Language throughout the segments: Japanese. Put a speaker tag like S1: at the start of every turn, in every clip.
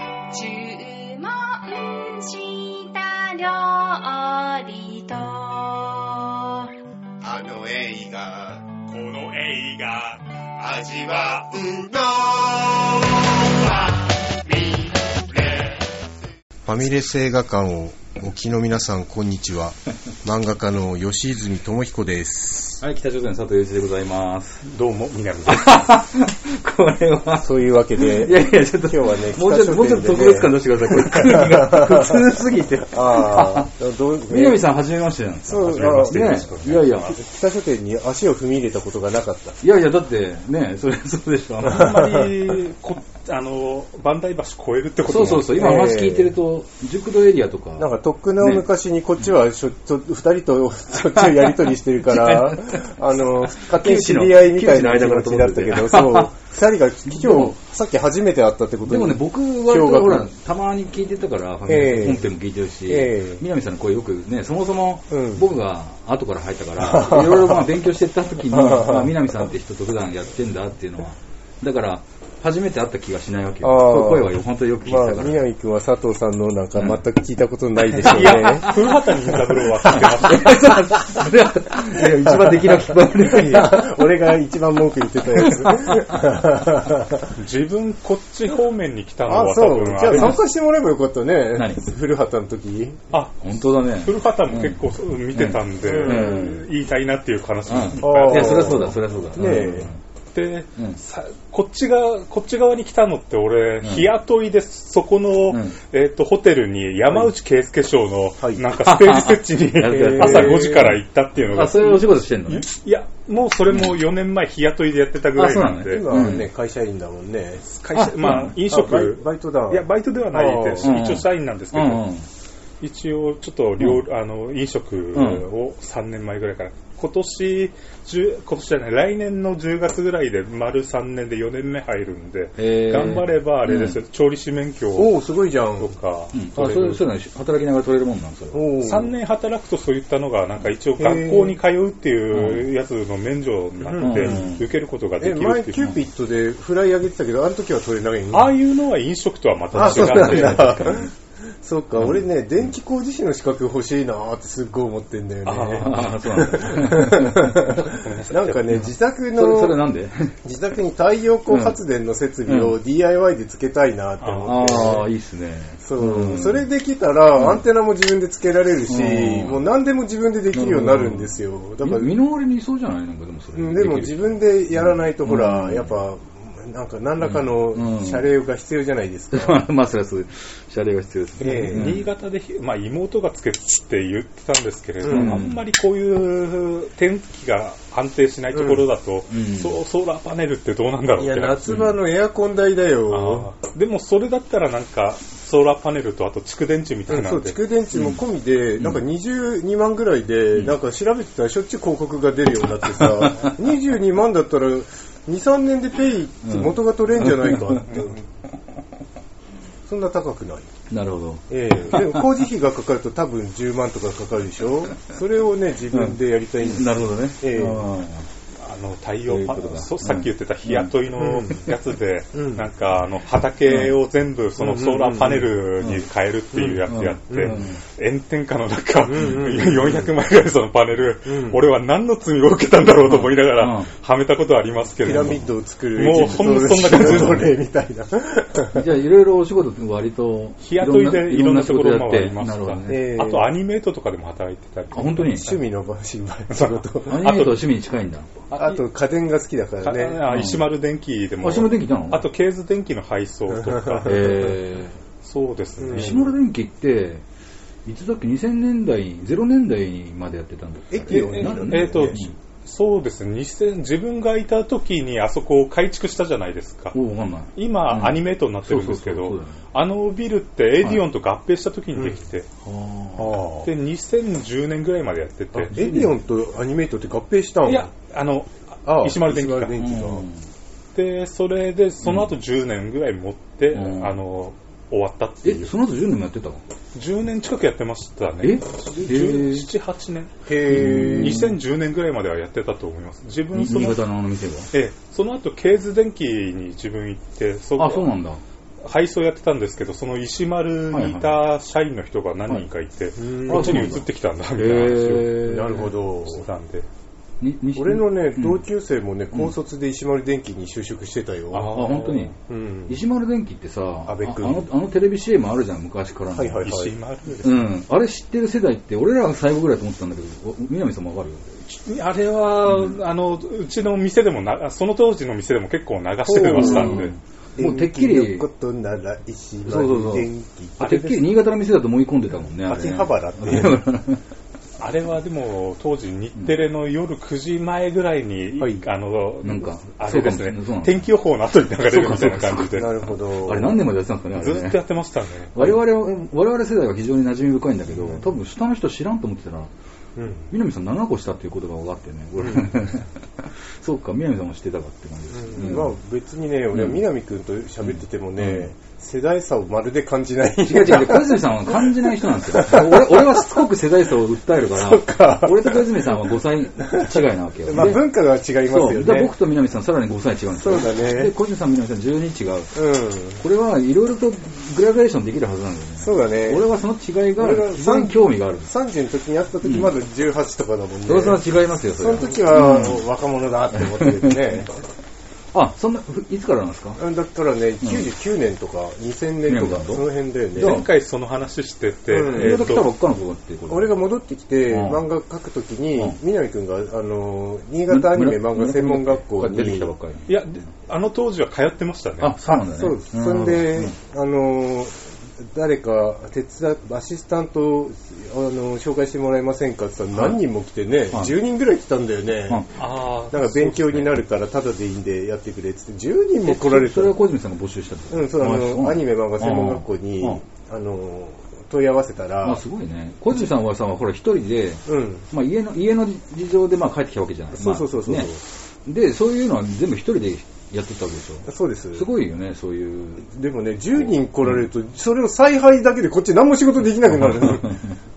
S1: 注文した料理と
S2: あの映画、
S3: この映画
S2: 味わうのは見れ。
S4: ファミレス映画館をお聞きの皆さん、こんにち は。漫画家の吉泉智彦です。
S5: はい、北朝鮮佐藤祐一でございます。
S6: どうも、みなるです。
S5: これは、
S6: そういうわけで、
S5: いやいや、ちょっと、
S6: 今日はね
S5: もうちょっと、もうちょっと特別感出してください。これ、空気が普通すぎて。
S6: ああ、どう、
S5: 南さん、初めましてなんですか
S6: そう、
S5: めまして
S6: ああ
S5: ねいやいや
S6: 北書店に足を踏み入れたことがなかった。
S5: いやいや、だって、ね、それそうでしょ。
S6: あんま
S3: りこ あのバンダイ橋越えるってこと
S5: そうそうそう、今話聞いてると、熟度エリアとか、
S6: なんか、とっくの昔にこっちはしょ、ちょ二人としょっちゅうやりとりしてるから、あの、勝手に知り合いみたいな気持ちになったけど、
S5: 九
S6: そ
S5: 州の
S6: う、二人が今日、さっき初めて会ったってこと
S5: で
S6: に。
S5: もね、僕は
S6: 驚愕
S5: ほら、たまに聞いてたから、ファミレス
S6: ええ
S5: 本編も聞いてるし、
S6: ええ
S5: 南さんの声よくね、そもそも
S6: うん
S5: 僕が後から入った から、いろいろまあ勉強してた時に、まあ南さんって人と普段やってんだっていうのは、だから、初めて会った気がしないわけよ。
S6: ああ
S5: 声はよ本当によく聞い
S6: まあ
S5: てた、か
S6: み
S5: ら。
S6: なみくんは佐藤さんのなんか全く聞いたことないでしょうね。
S3: 古畑任三郎は聞いてました
S5: いや、一番できなく
S6: い
S5: て。
S6: や俺が一番文句言ってたや つ。
S3: 自分こっち方面に来たの
S6: あ、
S3: は
S6: そ
S3: 多
S6: う。
S3: 分
S6: じゃ
S3: あ
S6: あ
S3: れ
S6: 参加してもらえばよかったね
S5: 何。
S6: 古畑の時。
S3: あ
S5: 本当だね。
S3: 古畑も結構そう見てたんで、
S5: う
S3: 言いたいなっていう話
S5: う
S3: もいっぱいあ
S5: ん。
S3: っ
S5: い
S3: て
S5: や、そりゃそうだ、そりゃそうだ。
S6: ねえ
S3: で
S5: うん
S3: さこっちがこっち側に来たのって俺、
S5: ん
S3: 日雇いでそこの、
S5: うん
S3: えっとホテルに山内圭介賞の
S6: はい
S3: なんかステージ設置に、
S5: やってたやってた
S3: 朝5時から行ったっていうの
S5: あ、
S3: が
S5: それお仕事してんのね。
S3: いや、もうそれも4年前日雇いでやってたぐらいなんで、
S5: あそうなのね
S6: 今はね、会社員だもんね。
S3: 会社、
S5: あ
S3: まあ飲食、
S6: あバイバイトだ。
S3: いや、バイトではないです、
S5: ああ
S3: 一応社員なんですけ
S5: う
S3: ど、
S5: んうん。
S3: 一応ちょっと料、あの飲食を3年前ぐらいから、今年、10今年じゃない、来年の10月ぐらいで丸3年で4年目入るんで、
S5: へえ
S3: 頑張ればあれですよ、調理師免許
S6: お
S3: と
S6: お、すごいじゃん。
S5: あ、
S3: か、
S5: そういう、そういうの働きながら取れるもんなんそれは。
S6: おー
S3: 3年働くとそういったのが、なんか一応学校に通うっていうやつの免除になって
S5: うん、
S3: 受けることがで
S6: え、
S3: きる
S6: 前
S3: ってい
S6: キ
S3: う
S6: ューピットでフライ上げてたけど、あの時は取れないの
S3: ああいうのは飲食とはまた
S6: あ、
S3: 違
S6: そうなん
S3: って、
S6: だ。そうか、俺ね、電気工事士の資格欲しいなーってすっごい思ってんだよ ね。
S5: ああ、そうなんだ。
S6: なんかね、自宅
S5: それ、それ
S6: の、
S5: な んで
S6: 自宅に太陽光発電の設備を DIY でつけたいなって思って。
S5: ああ、いいっすね。
S6: そう、
S5: ん
S6: それできたら、アンテナも自分でつけられるし、
S5: うん
S6: もう何でも自分でできるようになるんですよ。だから、
S5: 身の回りにいそうじゃないなんかでもそれ。
S6: うんでも
S5: き
S6: 自
S5: る
S6: 分でやらないと、ほら、
S5: うん
S6: やっぱ、なんか何らか
S5: うんう
S6: の
S5: ん
S6: 謝礼が必要じゃないですか。
S5: まあ、それはそう、謝礼が必要ですね。
S6: ええ
S3: 新潟で、まあ、妹がつけって言ってたんですけれど、
S6: うん
S3: あんまりこういう天気が安定しないところだと、
S5: うん
S3: そうソーラーパネルってどうなんだろ
S6: い
S3: うっ
S6: や、
S3: て
S6: 夏場のエアコン代だ
S3: あ
S6: よ。
S3: ーでもそれだったらなんかソーラーパネルとあと蓄電池みた
S6: う
S3: い
S6: ん
S3: な
S6: そ
S3: ん
S6: う、
S3: で、
S6: 蓄電池も込みで、なんか22万ぐらいで、なんか調べてたらしょっちゅう広告が出るようになって さ、22万だったら、2、3年でペイって元が取れんじゃないか って。そんな高くない。
S5: なるほど。
S6: ええ、でも工事費がかかると多分10万とかかかるでしょそれをね、自分でやりたいんです。
S5: なるほどね。
S6: ええ
S5: うん
S3: あの太陽パ
S5: そう
S3: ネ
S5: いうこと
S3: ル
S5: だ
S3: そうさっき言ってた日雇いのやつで、
S6: うん
S3: なんかあの畑を全部そのソーラーパネルに変えるっていうやつやって、
S5: うん
S3: 炎天下の中、
S6: ん
S3: 400枚ぐらいそのパネル、
S6: うん
S3: 俺は何の罪を受けたんだろうと思いなが
S5: う
S3: ら
S5: ん
S3: はめたことはありますけ
S6: ピ
S3: れ
S6: ラ
S3: ども
S6: ミ。ッドを作る。
S3: もうほんとそんな感じです
S6: 奴隷みたいな。
S5: じゃあ、いろいろお仕事って割と、
S3: 日雇いでいろんなところ
S5: いろんな仕事や
S3: も回
S5: っ
S3: り
S5: て
S3: ま
S5: な
S3: し
S5: るほど
S3: た、
S5: ね。
S6: ええ
S3: あとアニメートとかでも働いてたり
S5: あ、本当に
S6: 趣味の場仕事。
S5: ア ニメートは趣味に近いんだ。
S6: あと家電が好きだからね。
S3: あ石丸電機でも
S5: あ、島電機いたの、
S3: あ、とケーズ電機の配送とか
S5: え
S3: そうです
S5: え。
S3: ね、
S5: 石丸電機って、いつだっけ2000年代、0年代にまでやってたんだっけ
S6: 駅をね
S5: なんだ
S3: えっ、と
S5: うん、
S3: そうですね、2000自分がいた時にあそこを改築したじゃないですか。
S5: おうわかんない。
S3: 今、
S5: うん
S3: アニメートになってるんですけ
S5: そうそう
S3: ど
S5: そうそうだよね、
S3: あのビルってエディオンと合併した時にできて、
S5: あ
S6: あ
S3: で、2010年ぐらいまでやってて、
S6: エディオンとアニメートって合併したん
S3: いや、あの、
S6: ああ
S3: 石丸電機か
S6: 石丸電機
S5: あ。
S6: が。
S3: で、それで、その後10年ぐらい持って、
S5: うん
S3: あの、終わったってい
S5: え、
S3: う。
S5: その後10年もやってたの
S3: 10年近くやってました
S5: え
S3: ね。
S5: え
S3: 17、8年。
S6: へえ。
S3: 2010年ぐらいまではやってたと思います。自分
S5: に
S3: そ
S5: 新
S3: の
S5: 潟のあの店は。
S3: ええ、その後、ケーズ電機に自分行って、そ
S5: あ、そうなんだ。
S3: あ配送やってたんですけど、その石丸にいた社員の人が何人かいて、
S6: うん
S3: こっちに移ってきたんだ、みたいな話
S5: へー
S3: を
S6: なるほど。
S3: してたんで。
S5: にに
S6: 俺のね、
S5: うん
S6: 同級生もね、高卒で石丸電機に就職してた
S5: あ
S6: よ。
S5: 本当に
S6: うん。
S5: 石丸電機ってさああ
S6: 安倍君
S5: のあのテレビ CM あるじゃん昔からの、
S6: はいはい
S3: 石丸です
S5: う
S3: ね
S5: ん、あれ知ってる世代って俺らが最後ぐらいと思ってたんだけどお南さんもわかるよ
S3: あれは、あの、うちの店でもな、その当時の店でも結構流してましたんで、
S5: もうてっきり
S6: 電気のことなら石
S5: そうそうそ
S6: 丸
S5: う
S6: 電機。
S5: あてっきり新潟の店だと思い込んでたもんねあれね
S6: 秋葉原っていう
S5: 秋 葉原
S3: あれはでも当時日テレの夜9時前ぐらいに、あの、
S5: なんか
S3: あれです
S5: そうか
S3: ね
S5: もそうなんだ
S3: 天気予報の後に流れるみたいな感じで、
S6: なるほど。
S5: あれ何年までやってたんですかねあれね
S3: ずっとやってましたね。
S5: 我々は、我々世代は非常に馴染み深いんだけど、多分下の人知らんと思ってたら、
S6: うん
S5: 南さん7個したっていうことが分かってね、俺 そうか、南さんも知ってたかって感じです。うん
S6: まあ別にね、俺は南くんと喋っててもね、世代差をまるで感じない。
S5: 違う違う違う、小泉さんは感じない人なんですよ。俺俺はしつこく世代差を訴えるから、俺と小泉さんは5歳違いなわけ よ。
S6: まあ
S5: で
S6: 文化が違いま
S5: そ
S6: すよ
S5: う、だから
S6: ね
S5: 僕。と南さんさらに5歳違うんですよ。
S6: そうだね
S5: で、小泉さん、南さん12違
S6: う
S5: う。
S6: ん。
S5: これはいろいろとグラデーションできるはずなんだよね。
S6: そうだね。
S5: 俺はその違いが
S6: 俺が
S5: 非常に興味がある。
S6: 30の時に会った時まだ18とかだもんね。
S5: それはそれは違いますよ、そ
S6: そ
S5: れは
S6: の時は若者だって思ってて ね。
S5: あ、そんな、ふいつからなんですか
S6: だったらね、99年とか2000年とか、
S5: うん
S6: その辺だよね。
S3: 前回その話してて、
S6: うん
S5: 今
S3: え
S5: 時
S3: ー
S5: 来たば
S3: と
S5: っかの子だって、これ。
S6: 俺が戻ってきて、
S5: うん
S6: 漫画描くときに、
S5: うん
S6: 南くんが、あの、新潟アニメ漫画専門学校に、
S5: 出てきたばっかり。
S3: いや、であの当時は通ってましたね。
S5: あ、そうなんだね。
S6: そうです。そんで、
S5: うん
S6: あの、誰か手伝う、アシスタントを、あの、紹介してもらえませんかって言ったら、
S5: はい
S6: 何人も来てね、10人ぐらい来たんだよね。
S5: うん
S3: あー
S6: なんか勉強になるから、ただでいいんでやってくれって言って、10人も来られた
S5: そそれは小泉さんが募集したってこと
S6: うん、そう、あの、アニメ漫画専門学校
S5: うん
S6: に
S5: うん、
S6: あの、問い合わせた
S5: あ、
S6: ら、
S5: すごいね。小泉さんはさ、ほら、一人で、
S6: うん、
S5: まあ、家の、家の事情で、まあ、帰ってきたわけじゃない。
S6: そうそうそうそう
S5: まあねで、そういうのは全部一人でやってたわけでしょ。
S6: そうです。
S5: すごいよね、そういう。
S6: でもね、10人来られると、それを采配だけでこっち何も仕事できなくな る。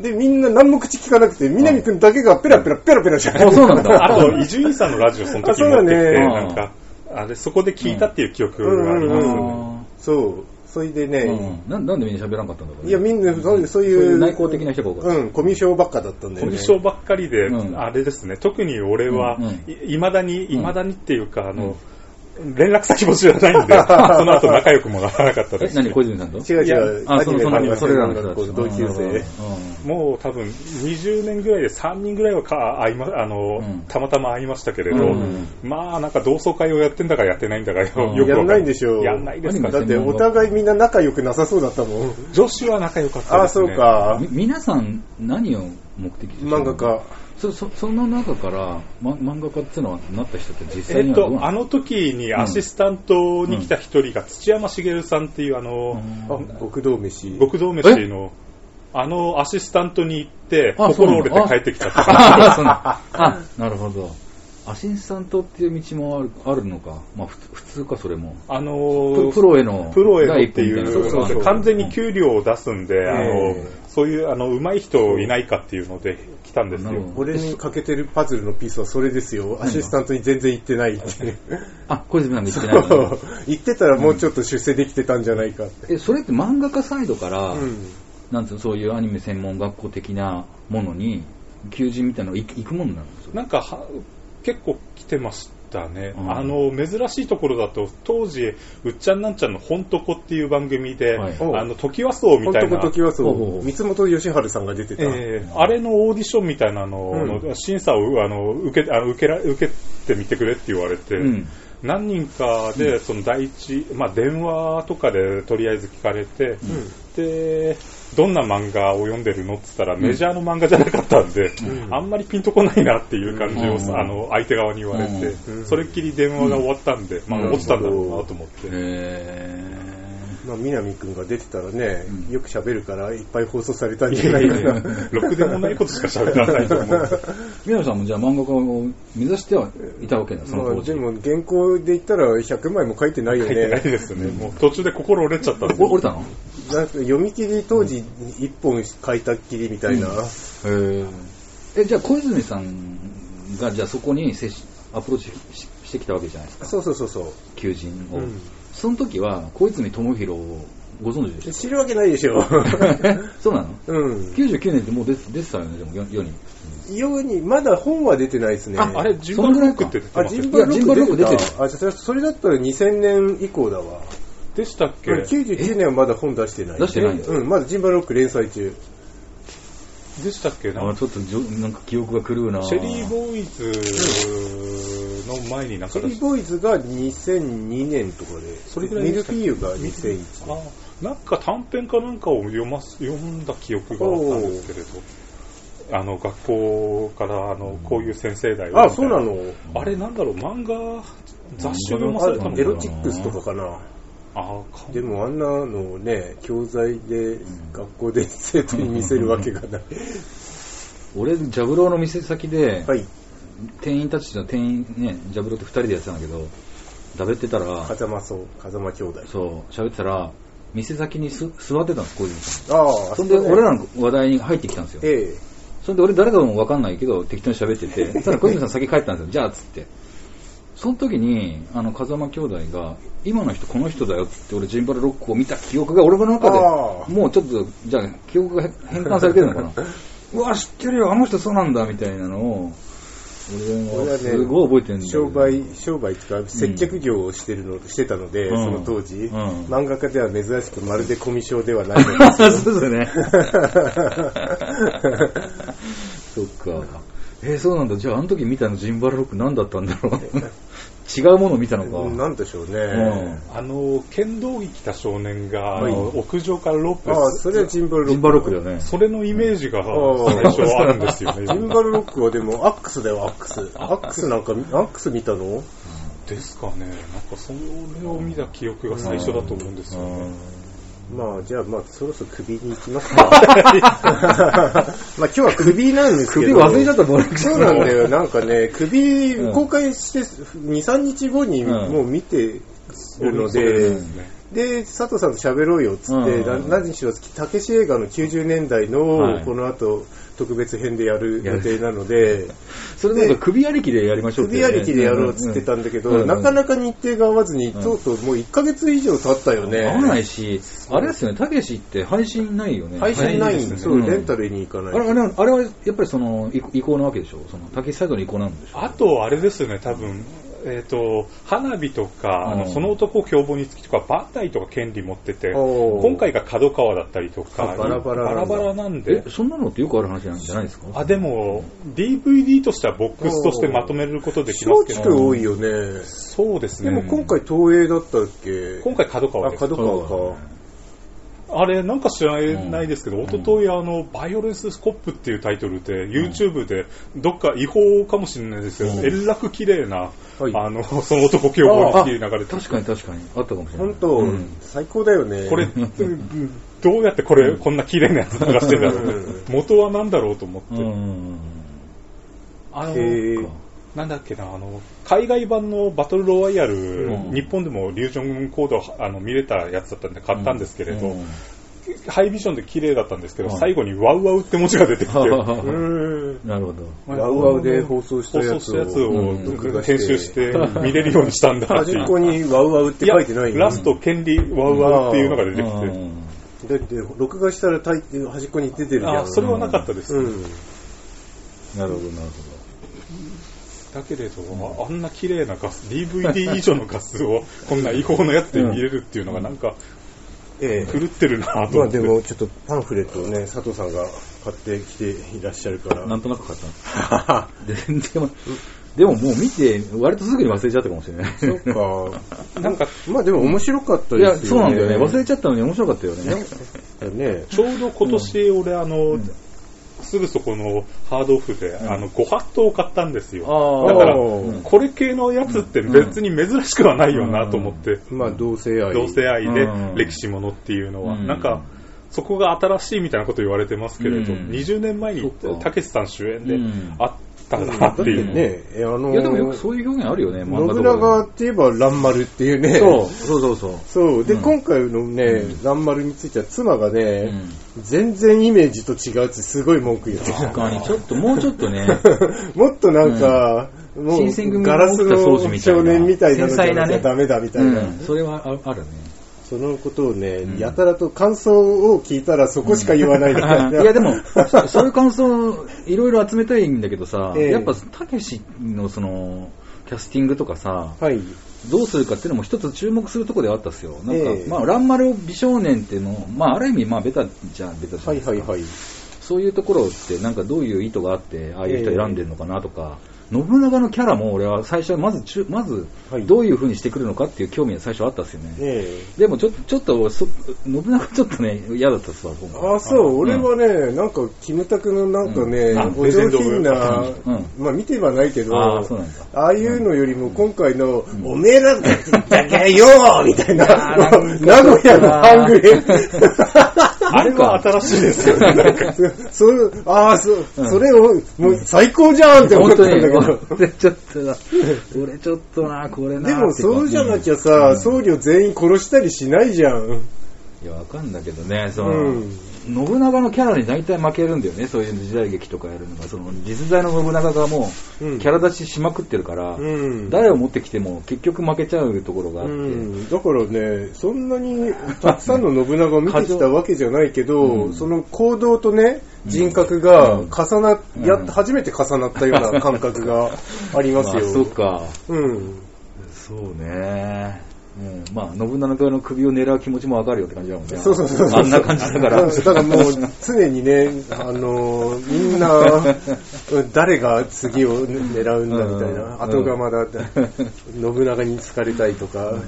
S6: で、みんな何も口聞かなくて、南くんだけがペラペラペラペラしゃべる
S5: あ、そうなんだ。
S3: あと、伊集院さんのラジオその時
S6: あそう
S3: 持
S6: だ
S3: ってき
S6: ね
S3: て、
S5: うん
S3: なんか、あれ、そこで聞いたっていう記憶がありますね。
S6: うんうんうんそう。それで
S5: う
S6: ね、
S5: ん。なんなんでみんな喋らんかったんだろうね
S6: いや、みんなそうそう
S5: そう
S6: い
S5: いう
S6: う。
S5: 内向的な人が多かった
S6: うん、コミュ障ばっかだったんだ
S3: コ
S6: よ
S3: ミ
S6: ね。
S3: ュ障ばっかりで、
S5: うん
S3: あれですね、特に俺は
S5: うんうん、
S3: いまだに、いまだにっていうか、あの、連絡先も知らないん で、その後仲良くもならなかった
S5: え
S3: で、す
S5: 何、。小泉さんと
S6: 違う違う。
S5: あ、
S6: ア
S5: そ
S6: ニ
S5: の、
S6: メ漫
S5: そ
S6: 画
S5: の、それ
S6: 専
S5: らの
S6: 門
S5: 人
S6: 学
S5: た
S6: 校
S5: ち。
S6: の同級
S5: うん
S6: 生。。
S3: もう多分20年ぐらいで3人ぐらいはか会いまあの、
S5: うん
S3: たまたま会いましたけれど、
S5: うん
S3: まあなんか同窓会をやってんだかやってないんだかよ,、
S5: うん
S3: よく
S6: や
S3: わか
S6: んないんでしょ
S3: やんないですか
S5: 何
S6: だ
S5: が
S6: って、お互いみんな仲良くなさそうだったもん。
S3: 女子は仲良かった
S6: あ、
S3: です
S6: そ
S3: ね
S6: うか
S5: み。皆さん何を目的としてるの
S6: 漫画家。
S5: そそその中から、ま、漫画家ってのはなった人って実
S3: え
S5: 際には
S3: っ
S5: どう
S3: と、
S5: な
S3: あ
S5: の、
S3: の時にアシスタントに来た一人が土山茂さんっていうあの、
S6: あ、極道飯。
S3: 極道飯のあのアシスタントに行って
S5: あそうな
S3: 心
S5: の
S3: 折れて帰ってきたとか
S5: あそうなんあなるほどアシスタントっていう道もあるあるのか、まあ、普通普通かそれも
S3: あ
S5: プ
S3: の
S5: プロへの
S3: プロへのって
S5: 第
S3: い
S5: 一歩みたな
S3: う、
S5: とこがあるのか
S3: 完全に給料を出すんで、あの
S6: ええ
S3: そういうあの上手い人いないかっていうので来たんですよ
S5: なる。ほど
S6: 俺に欠けてるパズルのピースはそれですよ。アシスタントに全然行ってないっていう。
S5: あ小泉さんで言ってないのね
S6: 行ってたらもうちょっと出世できてたんじゃないかって。
S5: えそれって漫画家サイドから、
S6: うん。
S5: なんつうのそういうアニメ専門学校的なものに求人みたいなのが行く行くもんなの
S3: なんかは結構来てましたね、
S5: うん
S3: あの珍しいところだと当時「うっちゃんなんちゃんのほんとこ」っていう番組で、
S5: はい
S3: あの時はそうみ
S6: 本
S3: た
S6: 当
S3: いな
S6: ごときはそ
S5: ほうほうほ
S6: う。
S5: う
S6: 三本義春さんが出てた。
S3: えーあれのオーディションみたいなのの、
S6: う
S3: 審査をあの受けあの受けら受けてみてくれって言われて、
S5: うん
S3: 何人かでその第一、まあ、電話とかでとりあえず聞かれて、でどんな漫画を読んでるのって言ったら、メジャーの漫画じゃなかったんで、あんまりピンとこないなっていう感じを、
S5: うん
S3: あの相手側に言われて、それっきり電話が終わったんで、まあ、落ちたんだろうなと思って。
S5: へ
S6: まあ、南くんが出てたらね、よく喋るから、いっぱい放送されたんじゃないかな。
S3: ろくでもないことしか喋らないと思うん ですよ
S5: 宮野さんもじゃあ漫画家を目指してはいたわけだその
S6: まあ
S5: 当時、
S6: でも、原稿で言ったら100枚も書いてないよ
S3: 書いてない
S6: ね。
S3: ですね。もう途中で心 折れちゃったんです
S5: お
S3: よ
S5: 折れたのへ
S6: なんか読み切り当時1本書いたっきりみたいな。
S5: ええじゃあ小泉さんがじゃあそこに接しアプローチししてきたわけじゃないですか
S6: そうそうそうそう。
S5: 求人を、
S6: うん
S5: その時は小泉智弘をご存知でし
S6: 知るわけないでしょ。
S5: たそうなの
S6: うん。
S5: 99年ってもう出て出てたよねでも世世に
S6: ように、まだ本は出てないですね。
S3: あ、あれ、ジンバルロックって出て
S6: あ、
S3: ま
S6: ジ
S3: す
S6: ンバルロ
S5: いやジンバルロ
S6: ッ
S5: ッ
S6: ク
S5: ク
S6: 出
S5: 出
S6: て
S5: て
S6: る
S5: る。
S6: あ、じゃあそれそれだったら2000年以降だわ。
S3: でしたっけ
S6: 99年はまだ本出してない、
S5: 出してないんだ
S6: うん、まだジンバルロック連載中。
S3: でしたっけなん
S5: あ
S3: か
S5: ちょっとじょなんか記憶が狂うな
S3: シェリーボーイズの前になん
S6: チ
S3: か
S6: ェ
S3: 出
S6: リー
S3: し
S6: ボーイズが2002年とかで、
S3: それぐらい
S6: ミ
S3: で
S6: ル
S3: した
S6: フ
S3: っけ
S6: ィーユが2001年。
S3: あなんか短編かなんかを読ます読んだ記憶があったんですけれど、あの学校からあのこういう先生だよ
S6: あ、
S3: みた
S6: そ
S3: いうな
S6: なの
S3: あれなんだろう、漫画、雑誌を読まされたの
S6: あ
S3: かな
S6: エロチックスとかかな。
S3: あーか
S6: でもあんなのね、教材で学校で生徒に見せるわけがない。
S5: 俺ジャブローの店先で、
S6: はい、
S5: 店員たちの店員ねジャブローって2人でやってたんだけどだべってたら
S6: 風間そう、風間兄弟。
S5: そう喋ってたら店先にす座ってたんです小泉さん
S6: ああ、
S5: そんで
S6: うね
S5: 俺らの話題に入ってきたんですよ
S6: ええ。
S5: それで俺誰かもわかんないけど、適当に喋ってて、ただ小泉さん先帰ったんですよ、じゃあっつって。その時に、あの、風間兄弟が、今の人この人だよっつって、俺ジンバルロックを見た記憶が俺の中で
S6: あ、ー
S5: もうちょっと、じゃあ記憶が変換されてるのかな。うわ、知ってるよ、あの人そうなんだ、みたいなのを、俺
S6: 俺は
S5: は
S6: ね
S5: すごい覚えてるんだけど
S6: 商売、商売とか接客業をしてるの、してたので、
S5: うん
S6: その当時、
S5: うん
S6: 漫画家では珍しくまるでコミュ障ではないので
S5: そうですね。そっか。えーそうなんだ。じゃあ、あの時見たのジンバルロック何だったんだ ろう。違 うものを見たのか。
S6: うんなんでしょうね。
S5: うん
S3: あの剣道着着た少年が、
S6: はい
S3: あの屋上からロープ
S6: ああ、それはジンバルロック。
S5: ジンバルロックだよね。
S3: それのイメージが
S6: あ
S3: 最初はあるんですよね。
S6: ジンバルロックはでも、アックスだよ、アックス。アックスなんか、アックス見たの
S3: ですかね。なんかそれを見た記憶が最初だと思うんですよね。
S6: まあ、じゃあ、まあ、そろそろ首に行き ますか。 まあ、今日は首なんですけ
S5: 首
S6: ど。
S5: 忘れちゃった、ボロク
S6: そうなんだよ、なんかね、首、公開して2、3日後に
S5: うん
S6: もう見てるの
S3: それ
S6: で、
S3: ですね
S6: で、佐藤さんと喋ろうよっつって、
S5: うん
S6: な何しろ、たけし映画の90年代
S5: は
S6: の、
S5: い
S6: この後、特別編でやる予定なので、
S5: それなんか首ありきでやりましょうって
S6: 首
S5: ね
S6: ありきでやろうっつってたんだけ
S5: うんう
S6: ど、
S5: ん
S6: なかなか日程が合わずに、
S5: うん
S6: とうとうもう1ヶ月以上経ったよね。
S5: 合わないし、あれですよね、たけしって配信ないよね。
S6: 配信ないん
S5: で
S6: ですす
S5: ね
S6: よ、
S5: うん
S6: レンタルに行か
S5: あ
S6: ない。
S5: れあれはあれはやっぱりその移移行なわけでしょその、たけしサイドの移行なんでしょ
S3: あとあれですよね、多分。えっと花火とか、あの
S5: うん
S3: その男を共謀につきとか、バンダイとか権利持ってて、
S6: おー
S3: 今回が角川だったりとか、
S6: あバラバラなんだ
S3: バラなんで
S5: え、、そんなのってよくある話なんじゃないですか
S3: あでも、DVD としてはボックスとしてまとめることできます
S6: 松
S3: け
S6: 竹
S3: ど、
S6: 多いよね。
S3: そうです
S6: でも
S3: ね、
S6: 今回東映だったっけ
S3: 今回、角川
S6: あ、
S3: です。
S6: 角川か。
S3: あれ、なんか知ら
S5: うん
S3: ないですけど、
S5: うん
S3: 一昨日あの、バイオレンススコップっていうタイトルで、YouTube で、どっか違法かもしれないですけど、
S5: うん
S3: えらく綺麗な、
S6: はい
S3: あの、その男共謀にっていう流れて
S5: 確かに確かに。あったかもしれない。
S6: 本当、
S5: うん
S6: 最高だよね。
S3: これ、うんどうやってこれ、こんな綺麗なやつ流してんだろう
S6: う
S3: 元は何だろうと思って。
S5: うん。
S3: あ
S6: へ
S3: の、
S6: ー
S3: なんだっけな、あの、海外版のバトルロワイヤル、
S5: うん
S3: 日本でもリュージョンコードあの見れたやつだったんで買ったんですけれど、
S5: うん
S3: ハイビジョンで綺麗だったんですけど、
S5: はい
S3: 最後にワウワウって文字が出てきて、
S6: うーん。
S5: なるほど。
S6: ワウワウで放送した
S3: 放
S6: や
S3: 送
S6: つ
S3: したやつ
S6: を。
S3: を
S6: 録画して
S3: 編集して見れるようにしたんだな
S6: 端
S3: ってい
S6: っ
S3: う。
S6: こにワウワウって書いてない
S3: やラスト、権利、ワウワウっていうのが出て
S5: う
S3: き
S5: ん
S6: だって、録画したら大抵端っこに出てる
S3: て、
S6: じゃ
S3: あ
S6: ん。
S3: それはなかったです。
S6: うん。
S5: なるほど、なるほど。
S3: だけれど、あんな綺麗な画数、DVD 以上の画数をこんな違法なやつで見れるっていうのがなんか
S6: ええ。
S3: 狂ってるなと
S6: まあ
S3: 思って。
S6: でも、ちょっとパンフレットをね、佐藤さんが買ってきていらっしゃるから。
S5: なんとなく買ったので全然、でももう見て、割とすぐに忘れちゃったかもしれない。
S6: そっか。
S3: なんか
S6: まあでも面白かった
S5: いや、
S6: です
S5: そう
S6: よ
S5: なん
S6: ね。
S5: だよね。忘れちゃったのに面白かったよね。
S6: た。ね。
S3: ちょうど今年、俺、あの、すぐそこのハードオフで、あの、ご法度を買ったんですよ。
S5: あ
S3: だから、
S6: うん
S3: これ系のやつって別に珍しくはないよなと思って、
S6: まあ同性愛。
S3: 同性愛で
S5: うん
S3: 歴史ものっていうのは、
S5: うん
S3: なんか、そこが新しいみたいなこと言われてますけれど、
S5: うん
S3: 20年前に
S5: そっか
S3: たけしさん主演で
S5: うん
S3: あったなっていう。
S6: ねえ、あの
S5: いや、でもよくそういう表現あるよね、漫画
S6: 信
S5: とか
S6: 長って言えば蘭丸っていうね。
S5: で。そう、そうそうそう。
S6: そう。で、
S5: うん
S6: 今回のね、蘭丸については妻がね、
S5: うん
S6: 全然イメー ジと違うってすごい文句言ってた。
S5: 確かに、ちょっと、もうちょっとね、
S6: もっとなんか、も
S5: 新選組
S6: う
S5: の
S6: ガラスの少年みたいなのじ
S5: 繊細な
S6: ゃ
S5: ね
S6: ダメだみたいな、
S5: うん、それはああるね。
S6: そのことをね、
S5: うん
S6: やたらと感想を聞いたらそこしか言わ ないみたいな、
S5: いやでも、そそういう感想、いろいろ集めたいんだけどさ、
S6: ええ
S5: やっぱ、たけしのその、キャスティングとかさ、
S6: はい、
S5: どうするかっていうのも一つ注目するところではあったっすよ。なんか、
S6: ええ
S5: まあ、乱丸美少年っていうのを、まあ、ある意味、まあ、ベタじゃん、ベタじゃ
S6: は
S5: ん
S6: いはいはい
S5: そういうところって、なんかどういう意図があって、ああいう人選んでるのかなとか、信長のキャラも俺は最初はまずちゅ、まず
S6: はい、
S5: どういう風にしてくるのかっていう興味が最初あったっすよね。
S6: ええ
S5: でもちょっと、ちょっと、そ信長ちょっとね、嫌だったっすわ、今回。
S6: あそう、俺はね、なんか、キムタクのなんかね、
S3: うんあ
S6: お上品な、
S5: うんうん
S6: まあ見てはないけど、
S5: あーそうなんだ
S6: ああいうのよりも今回の、おめえらだけよーみたいな、
S5: あー
S6: 名古屋の半グレ。
S3: あれは新しいですよね、なんか。
S6: それ、ああ、そ、
S5: うん
S6: それを、もう最高じゃんって思っ
S5: 本
S6: た
S5: 当
S6: んだけど。
S5: に、俺ちょっとな、俺ちょっとな、これな。
S6: でもそうじゃなきゃ
S5: う
S6: さ、
S5: ん
S6: 僧侶全員殺したりしないじゃん。
S5: いや、わかんだけどね、そうの、
S6: ん。
S5: 信長のキャラに大体負けるんだよね、そういう時代劇とかやるのが。その、実在の信長がもう、
S6: うん
S5: キャラ立ちしまくってるから、
S6: うん。
S5: 誰を持ってきても結局負けちゃうところがあっ
S6: う
S5: て、
S6: ん、だからね、そんなにたくさんの信長を見てきたわけじゃないけど、
S5: うん
S6: その行動とね、
S5: うん
S6: 人格が
S5: うん
S6: 重なっ、や
S5: うん
S6: っ初めて重なったような感覚があり
S5: ま
S6: ます
S5: あ、
S6: よ。
S5: そうか。
S6: うん。
S5: そうね。うん、まあ、信長の首を狙う気持ちもわかるよって感じだもんね。
S6: そうそうそうそう
S5: あんな感じだか。
S6: だ かららだからもう常にね、あのーみん な、誰が次を狙うんだみたい
S5: うん
S6: な、後釜だって、信長に好かれたいとか、
S3: うん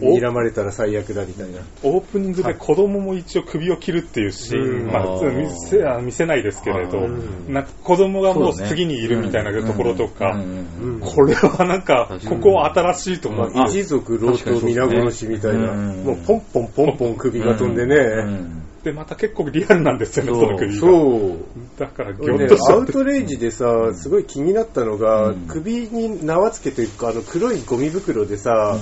S6: 睨まれたら最悪だみたいな。
S3: オープニングで子供も一応首を切るっていうシーン、
S6: うん
S3: まあ、
S5: うん
S3: 見せあ見せないですけれど、
S6: うん
S3: なんか子供がもう
S5: そうね
S3: 次にいるみたいなところとか、
S5: うんうんうん
S6: うん
S3: これはなんか、ここは新しいと
S6: ま
S3: 思
S6: あ、
S3: う。
S6: 一族老頭皆殺しみたいな、
S5: 確かにそうですねうん
S6: もうポンポンポンポン首が飛んでね、
S5: うん
S3: で、また結構リアルなんですよね、その首が。
S6: そう。
S3: だから、ぎ
S6: 俺
S3: ょっ
S6: ね
S3: とし、ち
S6: ア
S3: ゃっ
S6: ウ
S3: て。
S6: トレイジでさ、すごい気になったのが、
S5: うん
S6: 首に縄つけというか、あの黒いゴミ袋でさ、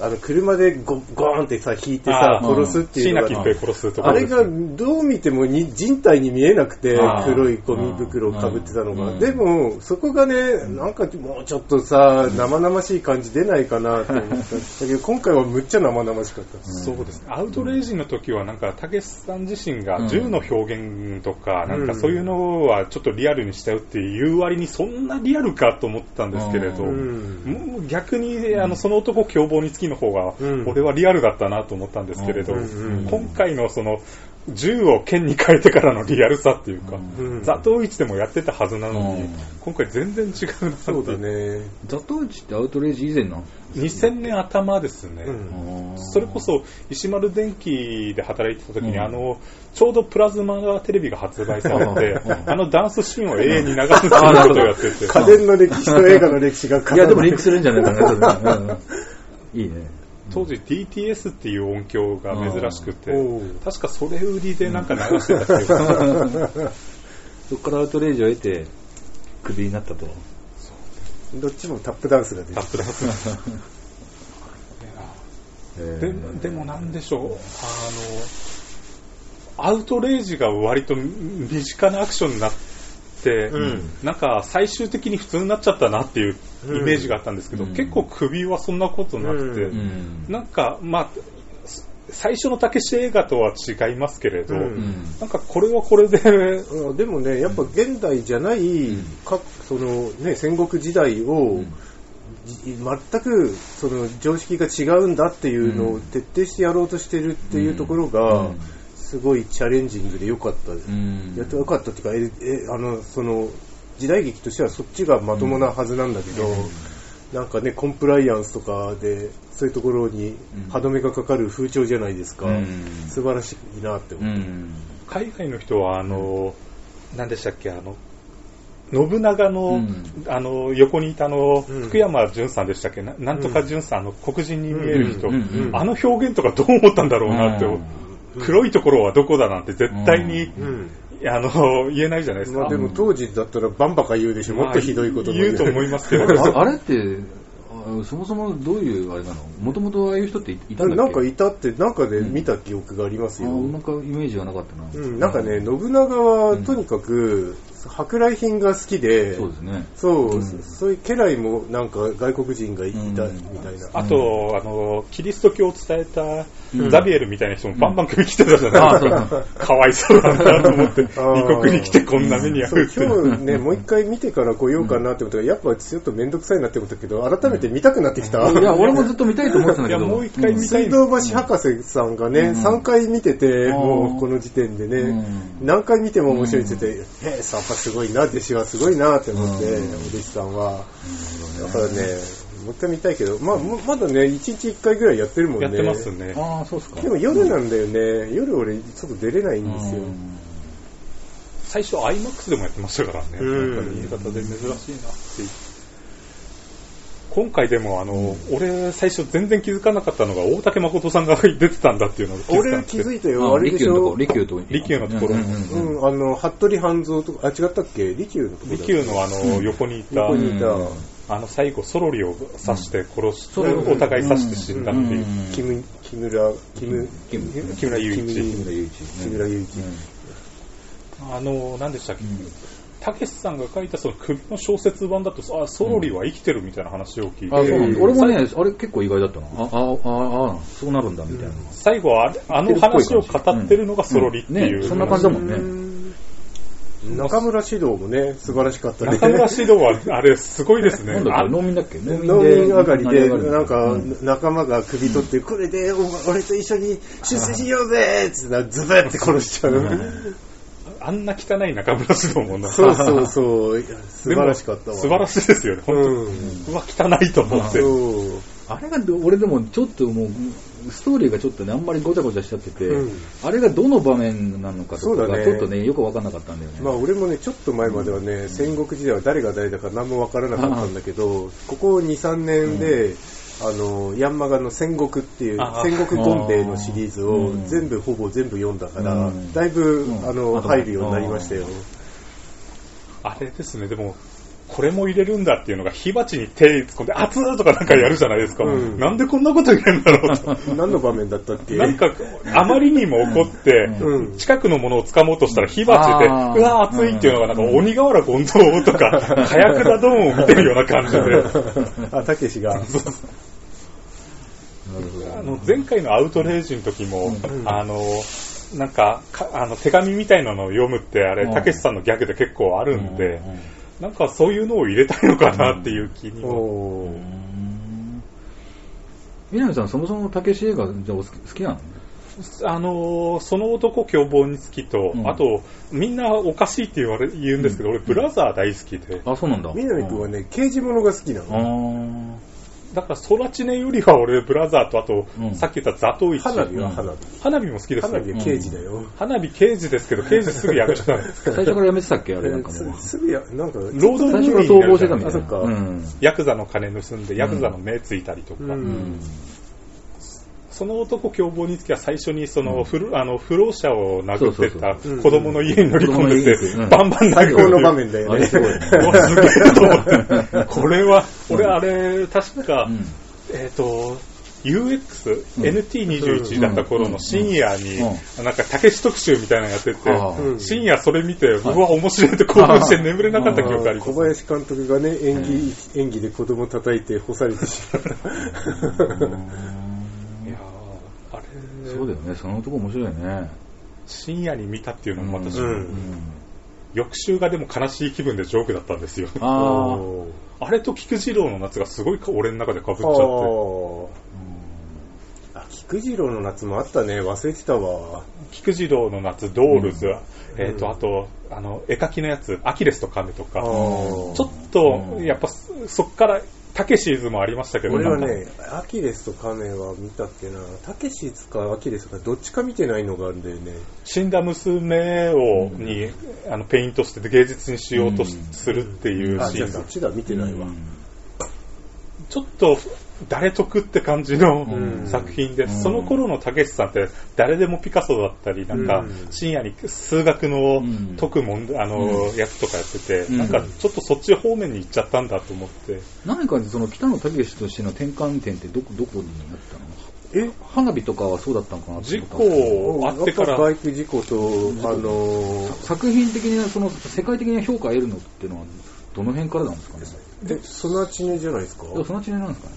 S6: あの車でゴゴーンってさ、引いてさ
S3: あ、
S5: ー
S6: 殺すってい
S3: 椎
S6: う
S3: 名
S6: の
S3: 桔
S6: が、
S3: 平殺すとこ
S6: あ
S3: ろ
S6: れ
S3: です
S6: がどう見てもに人体に見えなくて
S5: あー、
S6: 黒いゴミ袋をかぶってたの
S5: う
S6: が。
S5: ん
S6: でも、そこがね、なんかもうちょっとさ、生々しい感じ出ないかなって思ったんだけど、今回はむっちゃ生々しかった。
S3: そうですね。アウトレイジの時は、なんか、たけしさん自身
S5: うん
S3: が銃の表現とか、
S6: ん
S3: なんかそういうのはちょっとリアルにしちゃうっていう割に、そんなリアルかと思ったんですけれど、
S5: うん
S3: もう逆に、あの、その男凶暴につきの方が
S6: う、ん
S3: 俺はリアルだったなと思ったんですけれど、
S6: うんうん
S3: 今回のその、銃を剣に変えてからのリアルさっていうか、
S6: うん
S3: ザトウイチでもやってたはずなのに、
S5: うん
S3: 今回全然違うなって
S6: そうだね。
S5: ザトウチってアウトレイジ以前なの、
S3: 2000年頭ですね。
S6: うん
S3: それこそ石丸電機で働いてた時に、
S5: うん
S3: あのちょうどプラズマテレビが発売されて
S5: う、ん
S3: あのダンスシーンを永遠に流すっていうことをやってて、
S6: 家電の歴史と映画の歴史が
S5: いや、でもリンクするんじゃな いかな、いいね。
S3: 当時 DTS っていう音響が珍しくて
S6: うんおう、
S3: 確かそれ売りでなんか流してた けど、
S5: そこからアウトレイジを得て、クビになったと。
S6: どっちもタップダンスが出
S3: タ
S6: て
S3: ップダンス。ででもなんでしょう、あの、アウトレイジが割と身近なアクションになって、
S6: うん
S3: なんか最終的に普通になっちゃったなっていうイメージがあったんですけど、
S5: うん
S3: 結構首はそんなことなくて、
S6: う
S5: うん。
S3: なんか、まあ、最初のたけし映画とは違いますけれど、
S6: うん
S3: なんかこれはこれで、
S6: うんでもね、やっぱ現代じゃない、かそのね、戦国時代を、じ全くその常識が違うんだっていうの
S5: う
S6: を
S5: ん
S6: 徹底してやろうとしてるっていうところ
S5: う
S6: が
S5: ん、
S6: すごいチャレンジングで良かったです。
S5: ん
S6: やって良かったっていうか、ええあの、その、時代劇としてはそっちがまともなはずなんだけど、なんかね、コンプライアンスとかで、そういうところに歯止めがかかる風潮じゃないですか。
S5: うん
S6: 素晴らしいなって思う。
S5: うん。
S3: 海外の人は、あの、何でしたっけ、あの、信長の、
S5: うん
S3: あの、横にいたあの、
S6: うん
S3: 福山潤さんでしたっけな、なんとか潤さん、あの、黒人に見える人、
S5: うんうんうん
S3: あの表現とかどう思ったんだろうなって、
S5: うん
S3: 黒いところはどこだなんて絶対に、
S5: う
S6: うん
S3: あの、言えないじゃないですか。
S6: まあでも当時だったらバンバカ言うでしょ、もっとひどいこと
S3: 言うと思いますけど、
S5: あれって、そもそもどういうあれなのもともとああいう人っていたんだっけ
S6: なんかいたって、なんかで見た記憶がありますよ。
S5: なんかイメージはなかったな。
S6: うん、なんかね、信長はとにかく、舶来品が好きで、
S5: そうですね。
S6: そう、
S5: ん
S6: そういう家来もなんか外国人がいたみたいな。
S3: あと、あの、キリスト教を伝えたザビエルみたいな人もバンバン首切ってたじゃ
S5: ああ、
S3: ない
S5: そう
S3: です
S5: そう。
S3: か。かわいそうだなと思って、
S6: ー
S3: 異国に来てこんな目に
S6: そう
S3: 遭うって。
S6: 今日ね、もう一回見てから来ようかなって思ったら、やっぱちょっと面倒くさいなって思ったけど、改めて見たくなってきた。
S5: いや、俺もずっと見たいと思ってたんだけ
S3: いや、
S5: ど。
S3: もう一回見た
S6: 水
S3: いんです。
S6: 道橋博士さんがね、
S5: ん
S6: 3回見てて、
S5: あー
S6: もうこの時点でね、
S5: うん
S6: 何回見ても面白いって言ってて、へえ、サッパすごいな、弟子はすごいなって思って、
S5: うん
S6: お弟子さんは。だからね、もう一回見たいけど、まあ、もまだね、1日1回ぐらいやってるもんね。
S3: やってますね。
S5: ああ、そうっすか。
S6: でも夜なんだよね、夜俺、ちょっと出れないんですよ。
S3: 最初 IMAX でもやってましたからね、
S6: うん
S3: なんか新潟で珍しいなっていう今回でもあの、俺最初全然気づかなかったのが大竹誠さんが出てたんだっていうのが気づか
S6: 俺
S3: なく
S6: 気
S3: て
S6: づいた
S5: う
S6: よ、
S5: ん
S6: あれで
S5: 利
S6: し
S5: 休のとこ
S6: ょ
S5: ろ、。利休と。
S3: 利休のところ
S5: うんうんうん
S6: うん、あの、服部半蔵とか、あ、違ったっけ利休のとこだ
S3: 利休のあの横にいた、
S6: 横にいた、
S5: うん
S3: あの最後ソロリを刺して殺して、
S5: うん
S3: お互い刺して死んだっていう、
S6: キム、木村、木村、
S5: キム
S3: 木村雄一
S6: 木村雄
S5: 村雄
S6: 一
S5: 一。
S6: 木村雄一
S5: うん
S3: あの何でしたっけ、たけしさんが書いたその首の小説版だとあソロリは生きてるみたいな話を聞いて、
S5: あそうなん
S6: え
S5: だ
S6: ー
S5: 俺もね、あれ結構意外だったな。あ、あ、あ、あ、そうなるんだ、みたいな。
S3: 最後はあれあの話を語ってるのがソロリっていう、
S5: うんねそんな感じだもんね
S6: うん中村指導もね、素晴らしかったね。
S3: 中村指導は、あれ、すごいですね。
S5: なんだっ
S3: あ
S5: け農民だっけ農
S6: 農民上がりで、
S5: みたい
S6: なんか
S5: うん、
S6: 仲間が首取って、これでお俺と一緒に出世しようぜっつって、ズベって殺しちゃう。
S3: あんな汚い中村指導もな。
S6: そうそうそう、いや素晴らしかったわ。
S3: 素晴ら
S6: し
S3: しいですよね、本当に。うわ、汚いと思って。
S6: そう。
S5: あれがど、俺でもちょっともう、ストーリーがちょっとね、あんまりごちゃごちゃしちゃってて、
S6: うん
S5: あれがどの場面なのか
S6: そ
S5: と
S6: う
S5: か
S6: だね
S5: が、ちょっとね、よくわかんなかったんだよね。
S6: まあ俺もね、ちょっと前まではね、戦国時代は誰が誰だか何もわからなかったんだけど、ここ2、3年で、あの、ヤンマガの戦国っていう
S3: あ、あ
S6: 戦国ゴンベイのシリーズを
S5: うん
S6: 全部、ほぼ全部読んだから
S5: う、ん
S6: だいぶ
S5: う、ん
S6: あの、
S5: あと
S6: 入るようになりましたよ。
S3: あれですね、でも、これも入れるんだっていうのが、火鉢に手突っ込んで、熱ーとかなんかやるじゃないですか。
S6: うん
S3: なんでこんなこと言えんだろうと。
S6: 何の場面だったっけ
S3: なんか、あまりにも怒って、
S6: うん
S3: 近くのものを掴もうとしたら火鉢で、う
S5: あー
S3: わ、熱いっていうのが、なんか、鬼瓦権藤と か、火薬だどんを見てるような感じで。
S6: あ、たけしが。
S5: なるほど
S3: あの前回のアウトレイジの時も、あのなんかかあの手紙みたいなのを読むってあれ
S5: うん
S3: たけしさんのギャグで結構あるんで、
S5: うん
S3: なんかそういうのを入れたいのかなっていう気にも、
S6: おー
S5: 南さん、そもそもたけし映画、じゃあお好き好きなの
S3: あのその男凶暴につきと、
S5: うん
S3: あとみんなおかしいって言われ言うんですけど、俺ブラザー大好きで
S5: あ、そうなんだ。
S6: 南くんはね、刑事物が好きな
S5: あ
S6: の。
S5: ー
S3: だからソラチネよりは俺ブラザーとあと、
S5: うん
S3: さっき言ったザトウイチ
S6: 花火は花火。
S3: 花火も好きです
S6: 花火
S3: ね
S6: は刑事だよ。
S3: 花火刑事ですけど刑事すぐやめちゃったんです
S5: 最初からやめてたっけあれ、なんかもう
S6: す。すぐや、なんか、
S3: 労 働
S5: 最初から
S3: 組合にな
S5: 逃
S3: る
S5: 亡し
S3: じゃ
S5: て
S3: な
S5: たみたいな。
S3: いですか
S6: あそっか
S5: うん。
S3: ヤクザの金盗んで、ヤクザの目ついたりとか、
S6: うん
S5: うん
S3: その男凶暴につきは最初にその、ふるあの不老者を殴ってた
S6: そうそう
S3: 子供の家に乗り込んでて、
S5: うん
S3: バンバン殴る
S6: 最高の場面だ
S5: あ
S6: よ
S5: れ
S6: ね。
S5: すごいね。
S3: うわすげえと思って、これは、俺あれ、確か、
S5: うん
S3: えっ、と、UX、NT21 だった頃の深夜に、
S5: う
S3: なんか、たけし特集みたいなのやってて、
S5: あ
S6: うん
S3: 深夜それ見て、うわ、面白いって興奮して眠れなかった記憶があります
S6: 小。林監督がね、演技、演技で子供叩いて干されてしまった。
S3: いやーあれ、
S5: ーそうだよね、そのとこ面白いね。
S3: 深夜に見たっていうのも私、
S6: うん
S5: うん
S3: 翌週がでも悲しい気分でジョークだったんですよ。
S5: ああ。
S6: おー
S3: あれと菊次郎の夏がすごいか俺の中で被っちゃって、
S6: あーあ、菊次郎の夏もあったね。忘れてたわ。
S3: 菊次郎の夏、ドールズ、えっ、と、あと、あの、絵描きのやつ、アキレスとカメとか、
S6: あ
S3: ち
S6: ー
S3: ょっと、
S5: うん
S3: やっぱそそっから、タケシーズもありましたけど、
S6: 俺は
S3: なんか
S6: ね、アキレスとカメは見たっけな。たけしかアキレスかどっちか見てないのがあるんだよね。
S3: 死んだ娘を、に、あの、ペイントして芸術にしようとし
S5: うん
S3: するっていう
S6: あ、
S3: シ
S6: じゃあ
S3: ーンが、
S6: そっちだ、見てないわ。
S3: ちょっと、誰得って感じの
S6: ん
S3: 作品で、その頃のたけしさんって誰でもピカソだったり、なんか
S6: うん
S3: 深夜に数学の
S5: うん
S3: 解くもん、あの、やつとかやってて、
S5: ん
S3: なんかちょっとそっち方面に行っちゃったんだと思って、
S5: 何かその北野武としての転換点ってどこ、どこになったの
S6: え
S5: 花火とかはそうだったのかなと
S3: 事
S5: 思ったんですけど
S3: 故あってか
S6: や
S3: ら
S6: ぱバイク事故と、あのー
S5: 作品的にその世界的な評価を得るのっていうのはどの辺からなんですかね
S6: え、ソナチネじゃないですか
S5: でもそのうちになんですかね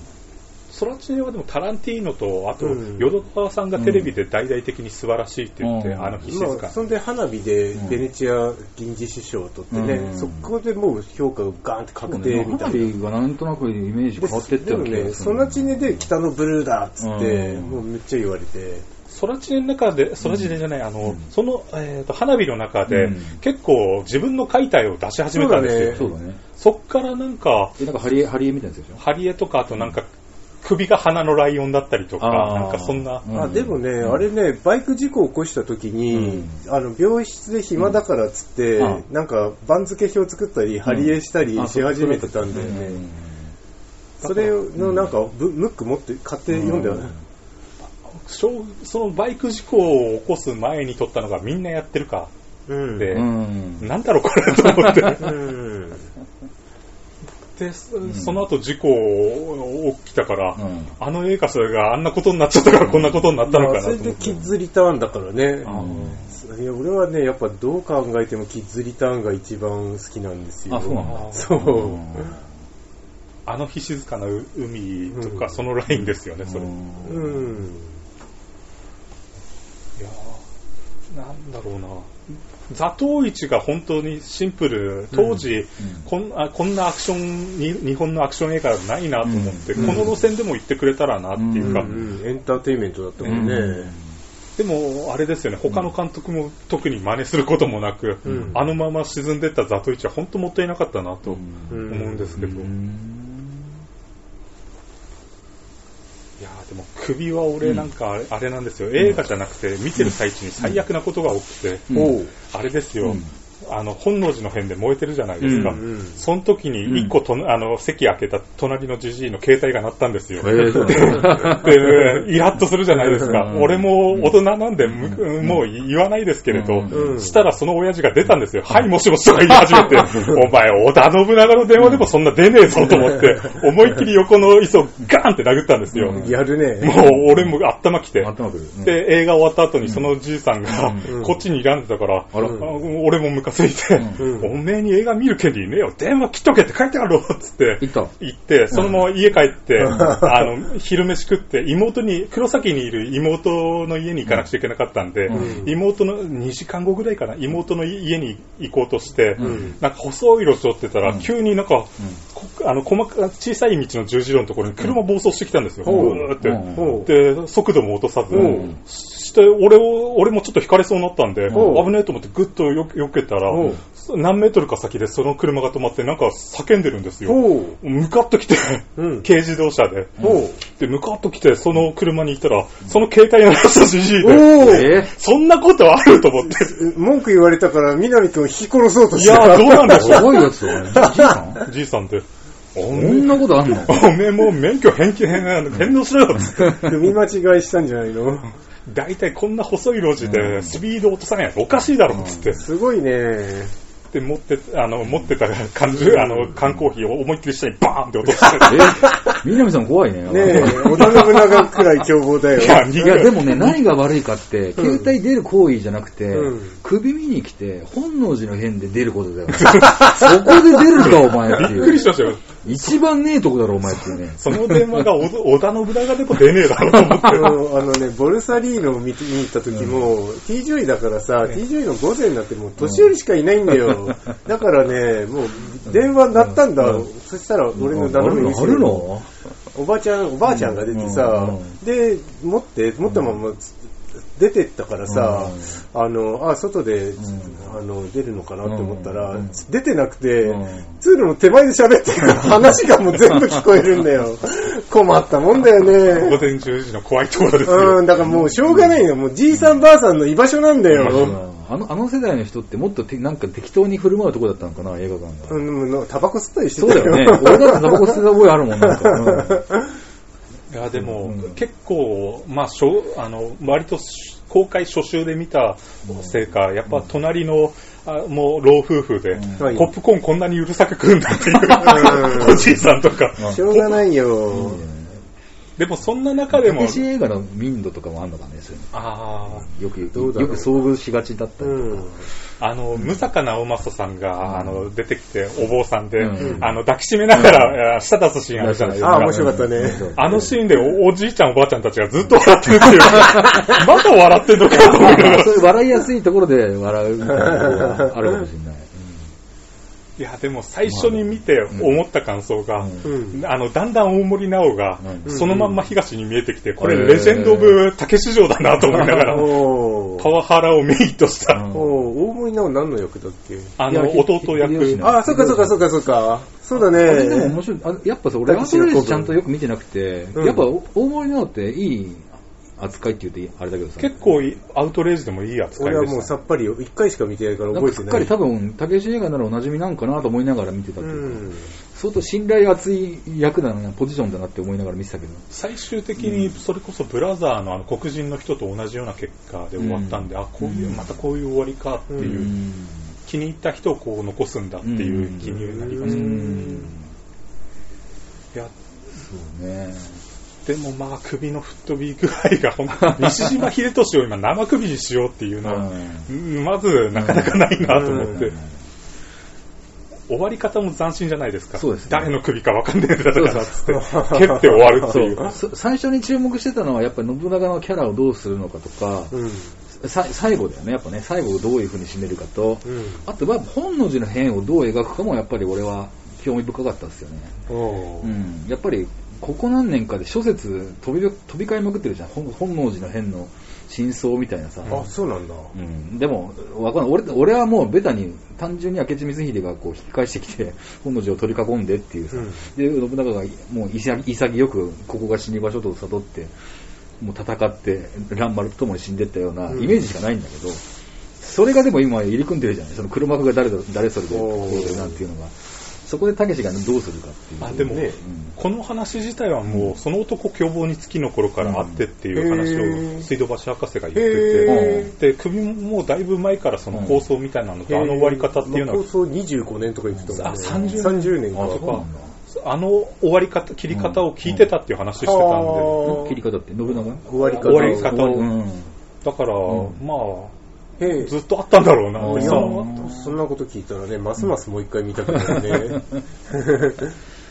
S3: そらちねはでもタランティーノと、あと
S6: うん、
S3: 淀川さんがテレビで大々的に素晴らしいって言って、
S5: うん
S3: あの、必須
S6: まあ、
S3: 感。
S6: そんで花火で
S5: うん
S6: ベネチア銀次首相を取ってね、
S5: うん
S6: そこでもう評価がガーンって確定みた
S5: 花
S6: いな。
S5: 火がなんとなくイメージ変わってって
S6: でもね、ソナチネで北のブルーだっつって、
S5: うん
S6: もうめっちゃ言われて、
S3: そらちねの中で、そらちねじゃない、あの、
S5: うん
S3: その、えーと、花火の中で、
S5: うん
S3: 結構自分の解体を出し始めたんですよ。
S6: ね
S5: そうだね
S3: そっからなんか、
S5: えなんかハリエハリエみたいなやつでしょ
S3: ハリエとか、あとなんか、首が鼻のライオンだったりとか、
S5: あー
S3: なんかそんな、
S5: うん
S6: あでもね、あれね、バイク事故を起こした時に、あの病室で暇だからっつって、
S5: うん
S6: なんか番付表作ったり、貼り絵したり
S5: あ
S6: し始めてたんだよね。
S5: うん
S6: それのなんか、ブムック持って買って読んだよね。
S3: 小そのバイク事故を起こす前に撮ったのがみんなやってるか、
S6: うん。
S3: で
S5: うん
S3: なんだろうこれと思って。
S6: うん。
S3: で、そその後事故起きたから、
S5: うん
S3: あの映画それがあんなことになっちゃったからこんなことになったのか
S6: ま
S3: な
S6: あ、
S3: と
S6: そ
S3: 思
S6: れ
S3: って
S6: でキッズリターンだからね。
S5: あ
S6: いや俺はね、やっぱどう考えてもキッズリターンが一番好きなんですよ。
S5: あそうなんだ
S6: そう。
S3: あの日静かな海と
S6: う
S3: か
S6: ん
S3: そのラインですよね、それ。い
S6: うん。
S3: やーなんだろうな。座頭市が本当にシンプル、当時、こんあこんなアクションに、日本のアクション映画ないなと思って、
S5: うん
S3: この路線でも行ってくれたらなっていうか、
S6: うんうんエンターテインメントだったもんね。
S3: でも、あれですよね、他の監督も特に真似することもなく、
S6: うん
S3: あのまま沈んでった座頭市は本当もったいなかったなと
S5: ん
S3: 思
S6: うん
S3: うんですけど、いやーでも首は俺なんかあれあれなんですよ、映画じゃなくて見てる最中に最悪なことが起きて、
S5: うん
S6: おう
S3: あれですよ、
S5: うん
S3: あの本能寺の辺で燃えてるじゃないですか、
S5: うん
S6: うん
S3: その時に一個と、あの席開けた隣のじじいの携帯が鳴ったんですよ、
S5: えーそうなんだ
S3: でイラッとするじゃないですか、
S5: うん
S3: 俺も大人なんで、むもう言わないですけれど、
S5: うん
S3: したらその親父が出たんですよ、はい、もしもしとか言い始めて、お前、織田信長の電話でもそんな出ねえぞと思って、思いっきり横の椅子をガーンって殴ったんですよ。
S5: うん
S6: やるね。
S3: もう俺も頭きて。
S5: 頭くるうん
S3: で、映画終わった後にそのじいさんが、
S6: うん
S3: こっちに睨んでたから、
S5: あら
S3: あ俺もムカついて、
S6: うん
S3: おめえに映画見る権利ねえよ、電話切っとけって書いてあるろっつって
S5: 行った
S3: 行って、そのまま家帰って、あの、昼飯食って、妹に、黒崎にいる妹の家に行かなくちゃいけなかったんで、
S5: う
S3: 妹の、2時間後ぐらいかな、妹の家に行こうとして、
S6: ん
S3: なんか細い路地を追ってたら、
S5: うん
S3: 急になんか、こあの、細か、小さい道の十字路のところに車暴走してきたんですよ、
S6: ん
S3: ぐーって。
S5: うん
S6: おう
S3: で、速度も落とさず、
S6: うん
S3: して、俺を、俺もちょっと引かれそうになったんで、
S6: うん
S3: 危ねえと思ってグッとよ避けたら
S6: うん、
S3: 何メートルか先でその車が止まって、なんか叫んでるんですよ。
S6: おう
S3: 向かってきて、
S6: うん
S3: 軽自動車で。
S6: おう
S3: で、向かってきて、その車に行ったら、その携帯の話をじじいで、
S6: おう
S5: え
S3: そんなことあると思って。
S6: 文句言われたから、南くん引き殺そうと
S3: い
S6: した。
S3: やー、どうなんでし
S5: す
S3: ょ
S5: ごいやつだね。じいさん
S3: う。じいさんって。お
S5: こ
S3: めえ
S5: んなことあんの
S3: おめえもう免許返金返返納しろよっつって。
S6: 踏み間違いしたんじゃないの
S3: 大体こんな細い路地でスピード落とさないやつおかしいだろっつって。
S6: すごいね。
S3: で、持って、あの、持ってた缶中、あの、缶コーヒーを思いっきり下にバーンって落として。
S5: え南さん怖いね。
S6: ねえ、織田信長くらい凶暴だよ。
S3: いや、
S5: い
S3: 逃げ
S5: や、
S3: る
S5: でもね、何が悪いかって、携帯出る行為じゃなくて
S6: うん、
S5: 首見に来て、本能寺の変で出ることだよね。そこで出るか、お前って
S3: びっく
S5: い
S3: り
S5: う
S3: し。ましたよ。
S5: 一番ねえとこだろ、お前っていうね。
S3: その電話が織田信長でも出ねえだろうと思って
S6: あ。のあのね、ボルサリーノを見見に行った時も、T ジョイだからさ、T ジョイの午前になってもう年寄りしかいないんだよ。だからね、もう電話鳴ったんだ。そしたら俺の
S5: あ
S6: 斜
S5: る
S6: め
S5: の
S6: 後
S5: ある
S6: ろに
S5: の
S6: おばあちゃん、おばあちゃんが出てさ
S5: うんうん、
S6: で、持って、持ったままつ出てったからさ、あの、あ、外で、あの、出るのかなって思った
S5: うんう
S6: ら
S5: ん、
S6: 出てなくて
S5: うん、
S6: 通路の手前で喋ってるから話がもう全部聞こえるんだ よ。困ったもんだよね。
S3: 午前10時の怖いところです
S6: う
S3: よ。
S6: ん、だからもうしょうがないよ。もうじいさんばあさんの居場所なんだよ。
S5: あの、あの世代の人ってもっとてなんか適当に振る舞うとこだったのかな、映画館が。
S6: うん、もうタバコ吸ったりして
S5: そう
S6: た
S5: だ
S6: よ。
S5: よ ね。俺だってタバコ吸ってた覚えあるもん、なんか。
S3: いや、でも、
S5: うん
S3: 結構、まあ、しょあの、割とし公開初週で見た せいか、やっぱ隣の、あもう老夫婦で、
S6: はい
S3: ポップコーンこんなにうるさく食うんだっていう、おじいさんとか。
S6: しょうがないよ。
S5: うん
S3: でもそんな中でも、
S5: 私映画の民度とかもあんのかね、そういう
S3: あ
S5: の。よく、よく
S6: どうだろう
S5: 遭遇しがちだったりとか。
S6: うん。
S3: あ、あの、無坂直政さんが、あの、出てきて、お坊さんで、
S5: うん
S3: あの、抱きしめながら、あ舌出すシーンあるじゃないです
S6: ああ、
S3: か
S6: 面。白かったね。
S3: あのシーンでおおじいちゃんおばあちゃんたちがずっと笑ってるっ ていう。まだ笑ってんのかと思いながら。
S5: そういう笑いやすいところで笑うみたいなところがあるかもしれない。
S3: いや、でも最初に見て思った感想が、
S5: うん
S6: うん。
S3: あの、だんだん大森直が、
S5: うん
S3: そのまんま東に見えてきて、こ
S5: へ
S3: れ
S5: ー
S3: レジェンド・オブ・竹市場だなと思いながら、
S6: お
S3: パ
S6: ー。
S3: ワハラをメインとした、
S5: うん
S6: おー、大森なお何の役だっけ
S3: あの、
S5: いや秀
S3: 弟
S5: 吉
S3: 役。
S5: の
S6: ああ、そっかそっかそっかそっか。そうだ
S5: あれでも
S6: ね。
S5: 面白い。あやっぱさ、俺、ラストレースちゃんとよく見てなくて、
S6: うん
S5: やっぱ大森のっていい扱いって言うとあれだけどさ。
S3: 結構いいアウトレイジでもいい扱
S6: 俺
S3: い
S6: は
S3: で
S6: もう
S3: した。
S6: さっぱり一回しか見てないから
S5: なん
S6: 覚
S5: か
S6: え
S5: す
S6: て
S5: っ
S6: な
S5: か
S6: い
S5: り。多分、武志映画ならおなじみなんかなと思いながら見てたけ
S6: う
S5: ど、
S6: ん。
S5: 相当信頼厚い役だな、ポジションだなって思いながら見てたけど、
S3: 最終的にそれこそブラザーのあの黒人の人と同じような結果で終わったんで、
S5: うん
S3: あ、こういう、またこういう終わりかっていう、気に入った人をこう残すんだっていう気になりましたね。
S6: う
S5: うん
S3: いや
S5: そうね。
S3: でもまあ首の吹っ飛び具合が本当に西島秀俊を今生首にしようっていうのは、うんまずなかなかないなと思って、
S5: うん
S3: 終わり方も斬新じゃないですか
S5: そうですね
S3: 誰の首か分かんないんだからっつって
S6: そうそう
S3: 蹴って終わるっていう
S5: そ最初に注目してたのは、やっぱり信長のキャラをどうするのかとか、
S6: うん。
S5: さ最後だよね、やっぱね、最後をどういう風に締めるかと、
S6: うん。
S5: あとは本能寺の変をどう描くかも、やっぱり俺は興味深かったですよね。
S6: お
S5: う
S6: ー。
S5: ん、やっぱりここ何年かで諸説飛び飛び交いまくってるじゃん、本本能寺の変の真相みたいなさ。
S6: あ、そうなんだ。
S5: うん、でも、わかんない俺。俺はもうベタに、単純に明智光秀がこう引き返してきて、 本能寺を取り囲んでっていうさ、
S6: うん
S5: で、信長がもう潔潔く、ここが死に場所と悟って、もう戦って、乱丸と共に死んでったような
S6: うん
S5: イメージしかないんだけど、それがでも今入り組んでるじゃない、その黒幕が誰だ誰それで、
S6: おー
S5: こうでなんていうのが、そこで武志がどうするかっていう。
S3: あでも、
S6: ね
S3: この話自体はもうその男凶暴につきの頃からあってってい
S6: う
S3: う
S6: ん
S3: 話
S6: へー
S3: を水道橋博士が言って
S6: へ
S3: て、で首ももうだいぶ前からその構想みたいなのと、あの終わり方っていうのは
S6: 放送25年とか言ってたもんね。
S3: あ30年
S6: 30年か。
S5: あそうなんだ。
S3: あの終わり方、切り方を聞いてたっていう話してたんで、
S6: はあ
S5: 切り方って、信長の
S6: 終わり方。
S3: 終わり方を
S5: うん
S3: だから、
S5: うん
S3: ま
S6: へ
S3: あ、
S6: え
S3: ずっとあったんだろう
S5: あー
S3: な。
S6: いや
S3: その
S6: ーそんなこと聞いたらね、ますますもう一回見たくなるね。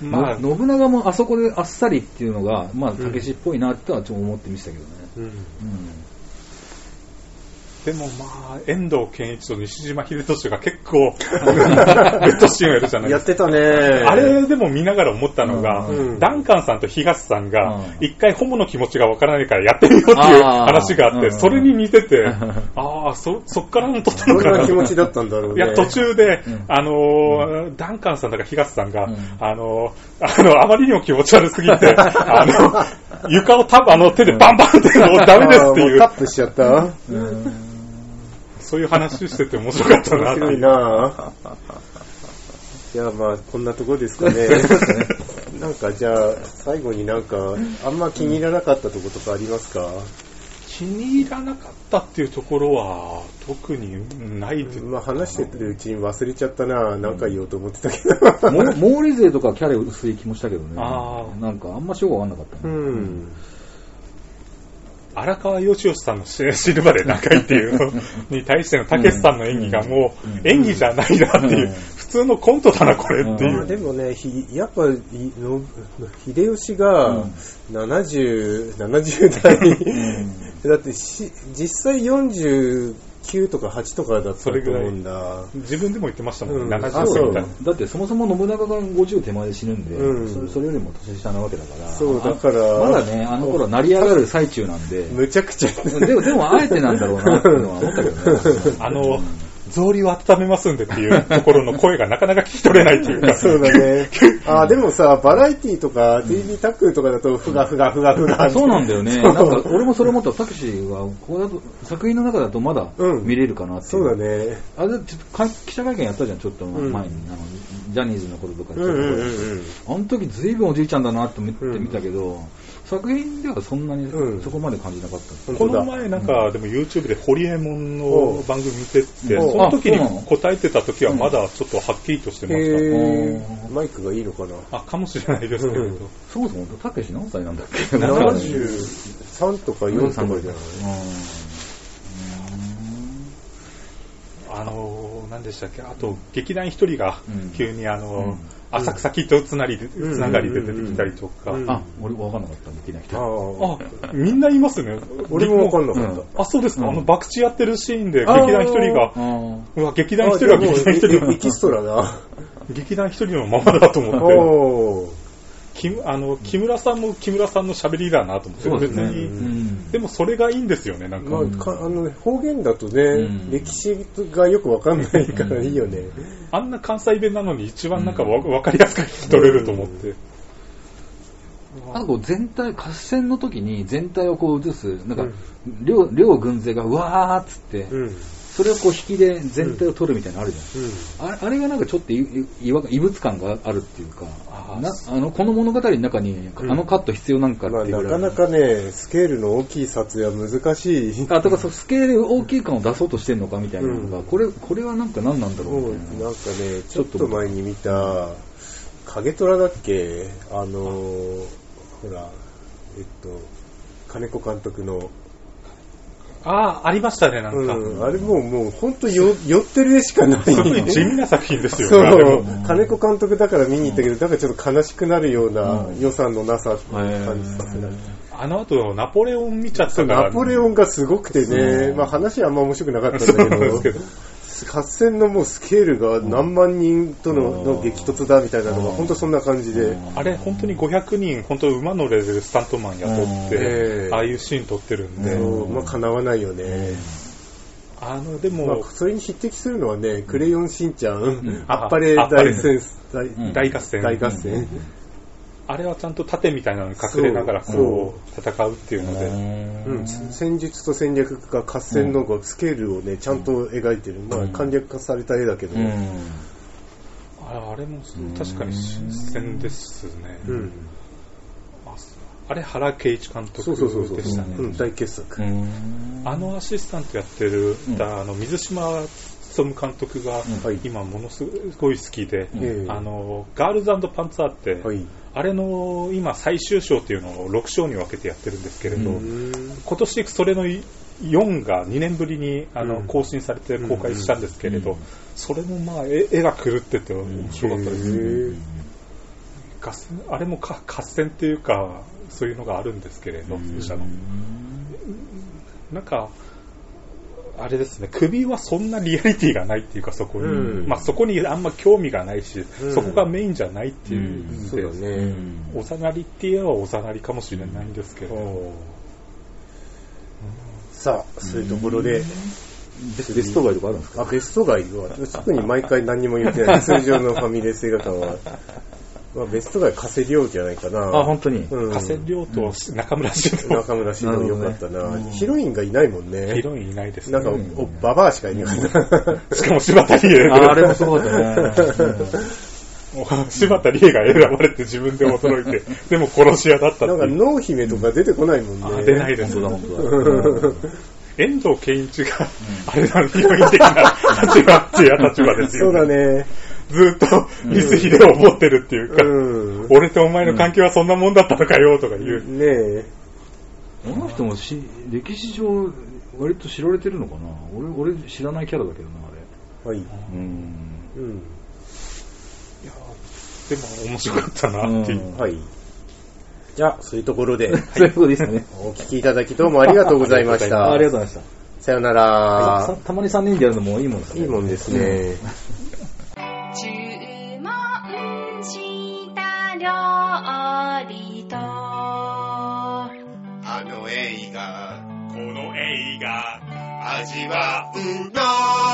S3: まあ、
S5: の信長もあそこであっさりっていうのが、まあ、武士っぽいなってはちょっと思ってみてたけどね。
S6: うん
S3: でもまあ、遠藤健一と西島秀俊が結 構、ベッドシーンをやるじゃない
S6: や
S3: で
S6: っ
S3: すか。
S6: てたね。
S3: あれでも見ながら思ったのが、
S6: うん
S3: ダンカンさんと東さんが
S5: うん、
S3: 一回ホモの気持ちがわからないからやってみようっていう
S5: あー
S3: 話があって、
S5: うん
S3: それに似てて
S5: ん、
S3: ああ、そ、そっからも撮った
S6: ど
S3: の
S6: ん
S3: か
S6: な
S3: な
S6: 気。持ちだったんだろう
S3: い
S6: ね。
S3: や、途中で、
S5: うん
S3: あのーダンカンさんだか東さんが、
S5: うん
S3: あのーあ の、あまりにも気持ち悪すぎて、あの、床をたあの手でバンバンって、もうダメですってい
S6: あーもタ
S3: う、
S6: ップしちゃった
S3: そういう話してて面白かったな
S6: 面
S3: って
S6: 白
S3: い。
S6: いう なぁ。じゃあまあ、こんなとこですかね。なんかじゃあ、最後になんか、あんま気に入らなかったとことかありますか、
S3: 気に入らなかったっていうところは、特にないで
S6: まあ話してるうちに忘れちゃったなぁ。なんか言おうと思ってたけど。
S5: モーモーリゼとかキャラ薄い気もしたけどね。
S3: あー
S5: なんかあんましょうがわかんなかった
S6: う
S5: ね。
S6: ん。
S3: 荒川よしよしさんのシシルバーで仲いいっていうのに対してのたけしさんの演技がも
S5: うんうん
S3: う演技じゃないなっていうう、
S5: ん
S3: 普通のコントだな、これってい
S6: まあ
S3: う。
S6: でもね、ひやっぱいの、秀吉が
S5: うん
S6: 70、70代、だってし実際49とか8とかだったと思うんだ。
S3: 自分でも言ってましたもんね、
S6: うん
S3: 70
S6: あ
S3: 歳
S6: そう
S3: みたいな。
S5: だってそもそも信長が50手前で死ぬんで、
S6: うん
S5: それそれよりも年下なわけだから。
S6: そうだから
S5: あまだね、あの頃は成り上がる最中なんで。
S6: むちゃくちゃ。
S5: でも、でも、あえてなんだろうなっていうのは思ったけど ね。
S3: あの、草履を温めますんでっていうところの声がなかなか聞き取れないというか、
S6: そうだね。あ、でもさ、バラエティとか TV タックとかだと、ふがふがふがふが。
S5: そうなんだよね。
S6: そ
S5: な
S6: うん
S5: か、俺もそれ思った。タクシーは、ここだと、作品の中だとまだ
S6: うん
S5: 見れるかなってい
S6: そうだね。
S5: あれちょっとか記者会見やったじゃん、ちょっと前に、
S6: うん
S5: あのジャニーズの頃とか、
S6: うんうんうんうん。
S5: あの時ずいぶんおじいちゃんだなって思って見たけど、作品ではそんなに
S6: うん
S5: そこまで感じなかった。
S6: 本
S3: こ
S6: 当
S3: の
S6: だ。
S3: 前なんか、でも YouTube でホリエモンの番組見てって、
S6: うん
S3: その時
S5: あそうなの
S3: に答えてた時はまだちょっとはっきりとしてまし
S6: へ
S5: あ
S6: ーマイクがいいのかな
S3: た。あ、かもしれないですけれ
S6: うん
S3: ど。
S5: そもそもたけし何歳なんだっけ
S6: ?73 とか4とかじゃない
S3: あのー、何でしたっけあと、劇団一人が
S5: うん
S3: 急にあ
S5: う
S3: のー
S5: ん、
S3: 浅草キッドつなりで、
S6: うん
S3: つながりで出てきたりとか。
S6: うん
S3: あ、
S5: あ、俺分かんなかった、できない人。あ
S6: ああ。
S3: みんないますね。
S6: 俺もわかんなかっ
S5: う
S6: た。
S3: あ、そうですか。
S5: うん
S3: あの、爆地やってるシーンで、
S6: あー
S3: 劇団一人が、
S5: ー
S3: うわ、劇
S6: あ
S3: 団一人
S6: で
S3: は
S6: も
S3: 劇団一人
S6: エキストラだ。
S3: 劇団一人のままだと思って、
S6: おー
S3: 木村あの木村さんも木村さんの喋りだなと思って、
S5: そうですね
S3: 別に
S5: うん
S3: でもそれがいいんですよね、なんか。
S6: まあ、かあの方言だとね、
S5: うん
S6: 歴史がよくわかんないからいいよね。
S3: あんな関西弁なのに一番なんかわわかりやすく聞き取れると思って。
S5: あとこう全体、合戦の時に全体をこう映す、なんか
S6: うん、
S5: 両両軍勢がうわーっつって、
S6: うん。うん。
S5: それをこう引きで全体を撮るみたいなのあるじゃん。あれあれがなんかちょっといい違和感異物感があるっていうか、なあのこの物語の中にあ
S6: ん
S5: のカット必要なんか
S6: ま
S5: っ
S6: あ、
S5: ていう
S6: な
S5: ぐらい、
S6: かなかね、スケールの大きい撮影は難しい。
S5: あとかそうスケール大きい感を出そうとしてるのかみたいなのが、
S6: うん
S5: これこれはなんか何なんだろ
S6: も
S5: う
S6: う
S5: みたいな。
S6: なんかね、ちょっと前に見た、影虎だっけあのー、ほら、えっと、金子監督の、
S3: ああ、ありましたね、なんか。
S6: うん、あれもう、もう本当よ、寄ってる絵しかない。
S3: すごい地味な作品ですよ
S6: そ
S3: ね、あれ
S6: う
S3: も。、
S6: 金子監督だから見に行ったけど、なんかちょっと悲しくなるような
S5: うん
S6: 予算のなさって
S5: へー
S6: 感じさせられて。
S3: あの後、ナポレオン見ちゃったから。
S6: ナポレオンがすごくて
S5: そ
S6: ね
S5: う、
S6: まあ話はあんま面白くなかったんだ
S3: そう なんです
S6: けど
S3: けど、
S6: 合戦のもうスケールが何万人との
S5: うん
S6: の激突だみたいなのが
S5: うん
S6: 本当そんな感じで、
S3: あれ、本当に500人、本当馬乗れるスタントマン雇っ
S5: うん
S6: え
S3: て
S6: え、
S3: ああいうシーン撮ってるん
S6: そ
S3: で。
S6: うまあ叶わないよね。
S3: あの、で
S6: まあ
S3: も、
S6: それに匹敵するのはね、クレヨンしんちゃん
S5: ん、
S6: あっぱれ
S3: あっぱれ
S6: 大戦、大
S5: ん
S3: 大合戦。
S6: 大合戦。
S3: あれはちゃんと盾みたいなのに隠れながらこう戦うっていうので、
S5: う
S6: うん、戦術と戦略が合戦のスケールをね、ちゃんと描いてる。まあ簡略化された絵だけど
S5: ん
S6: ね。
S3: ああれも確かに新鮮ですね。
S6: うん。
S3: ああれ、原敬一監督
S6: そうそうそうそう。
S3: でしたね。
S6: うん、大傑作
S5: う。ん
S3: あのアシスタントやってる、
S5: うん
S3: あの水島勉監督が
S6: はい
S3: 今ものすごい好きで、
S6: ええ
S3: あのガールズパンツァーって、
S6: はい。
S3: あれの今最終章っていうのを6章に分けてやってるんですけれど、
S5: う
S3: 今年それの4が2年ぶりにあの
S6: うん
S3: 更新されて公開したんですけれど、
S5: うん
S3: それもまあ絵絵が狂ってて面白かったです、
S6: へ
S3: 合戦あれもか合戦っていうかそういうのがあるんですけれど、
S5: うん
S3: 武者のなんかあれですね首はそんなリアリティがないっていうかそこに、
S6: うん
S3: まあ、そこにあんま興味がないし、
S6: ん
S3: そこがメインじゃないっていう
S5: うん
S6: ー
S3: で
S6: そうだ
S5: う
S6: ね。
S5: ん
S3: おざなりって言えばおざなりかもしれないんですけれど、
S6: さあ、そういうところで、
S5: ベスベストバイとかあるんですか
S6: あ、ベスト外は、特に毎回何にも言ってない。通常のファミレス映画館は、まあ、ベスト外稼ぎようじゃないかな。
S5: あ、本当に。
S6: うん。
S3: 加瀬亮と中村慎吾、
S6: 中村獅童よかった
S5: なるほ
S6: な
S5: どねうん
S6: ヒロインがいないもん
S3: ヒ
S6: ね。
S3: ロインいないです
S6: な
S3: ね
S6: んか、おババアしかいなかった。
S3: しかも 柴田理恵
S5: ああれもすごかったね。
S3: もう 柴田理恵が選ばれて自分で驚 いて、でも殺し屋だったって
S6: なんか、
S3: いう。
S6: 脳姫とか出てこないもん
S3: あ
S6: ね。
S3: 出ないです
S5: 本。 当だ、本当だ。
S3: 遠藤健一が、あれなの、ヒロイン 的な立場っていう立場です
S6: そう
S3: よ、
S6: だ
S3: ね。
S6: ね。
S3: ずっと、ミスヒデを思ってるっていうか、
S6: うん。
S3: 俺とお前の関係はそんなもんだったのかよ、とか言う。
S6: ねえ。
S5: この人もし歴史上、割と知られてるのかな俺、俺知らないキャラだけどな、あ
S6: は
S5: れ。
S6: い。
S5: うん。
S6: うん。
S3: でも、面白かったな、っていう。
S5: うん
S6: はい。じゃあ、そういうところで、
S5: そういうことですよね。
S6: お聞きいただきどうもありがとうございました。
S5: あありがとうございまし
S6: さよな
S5: た。
S6: ら
S5: さ。たまに3人でやるのもいいもんです
S6: いいもんですね。
S1: 注文した料理と
S2: あの映画、この映画、味わうの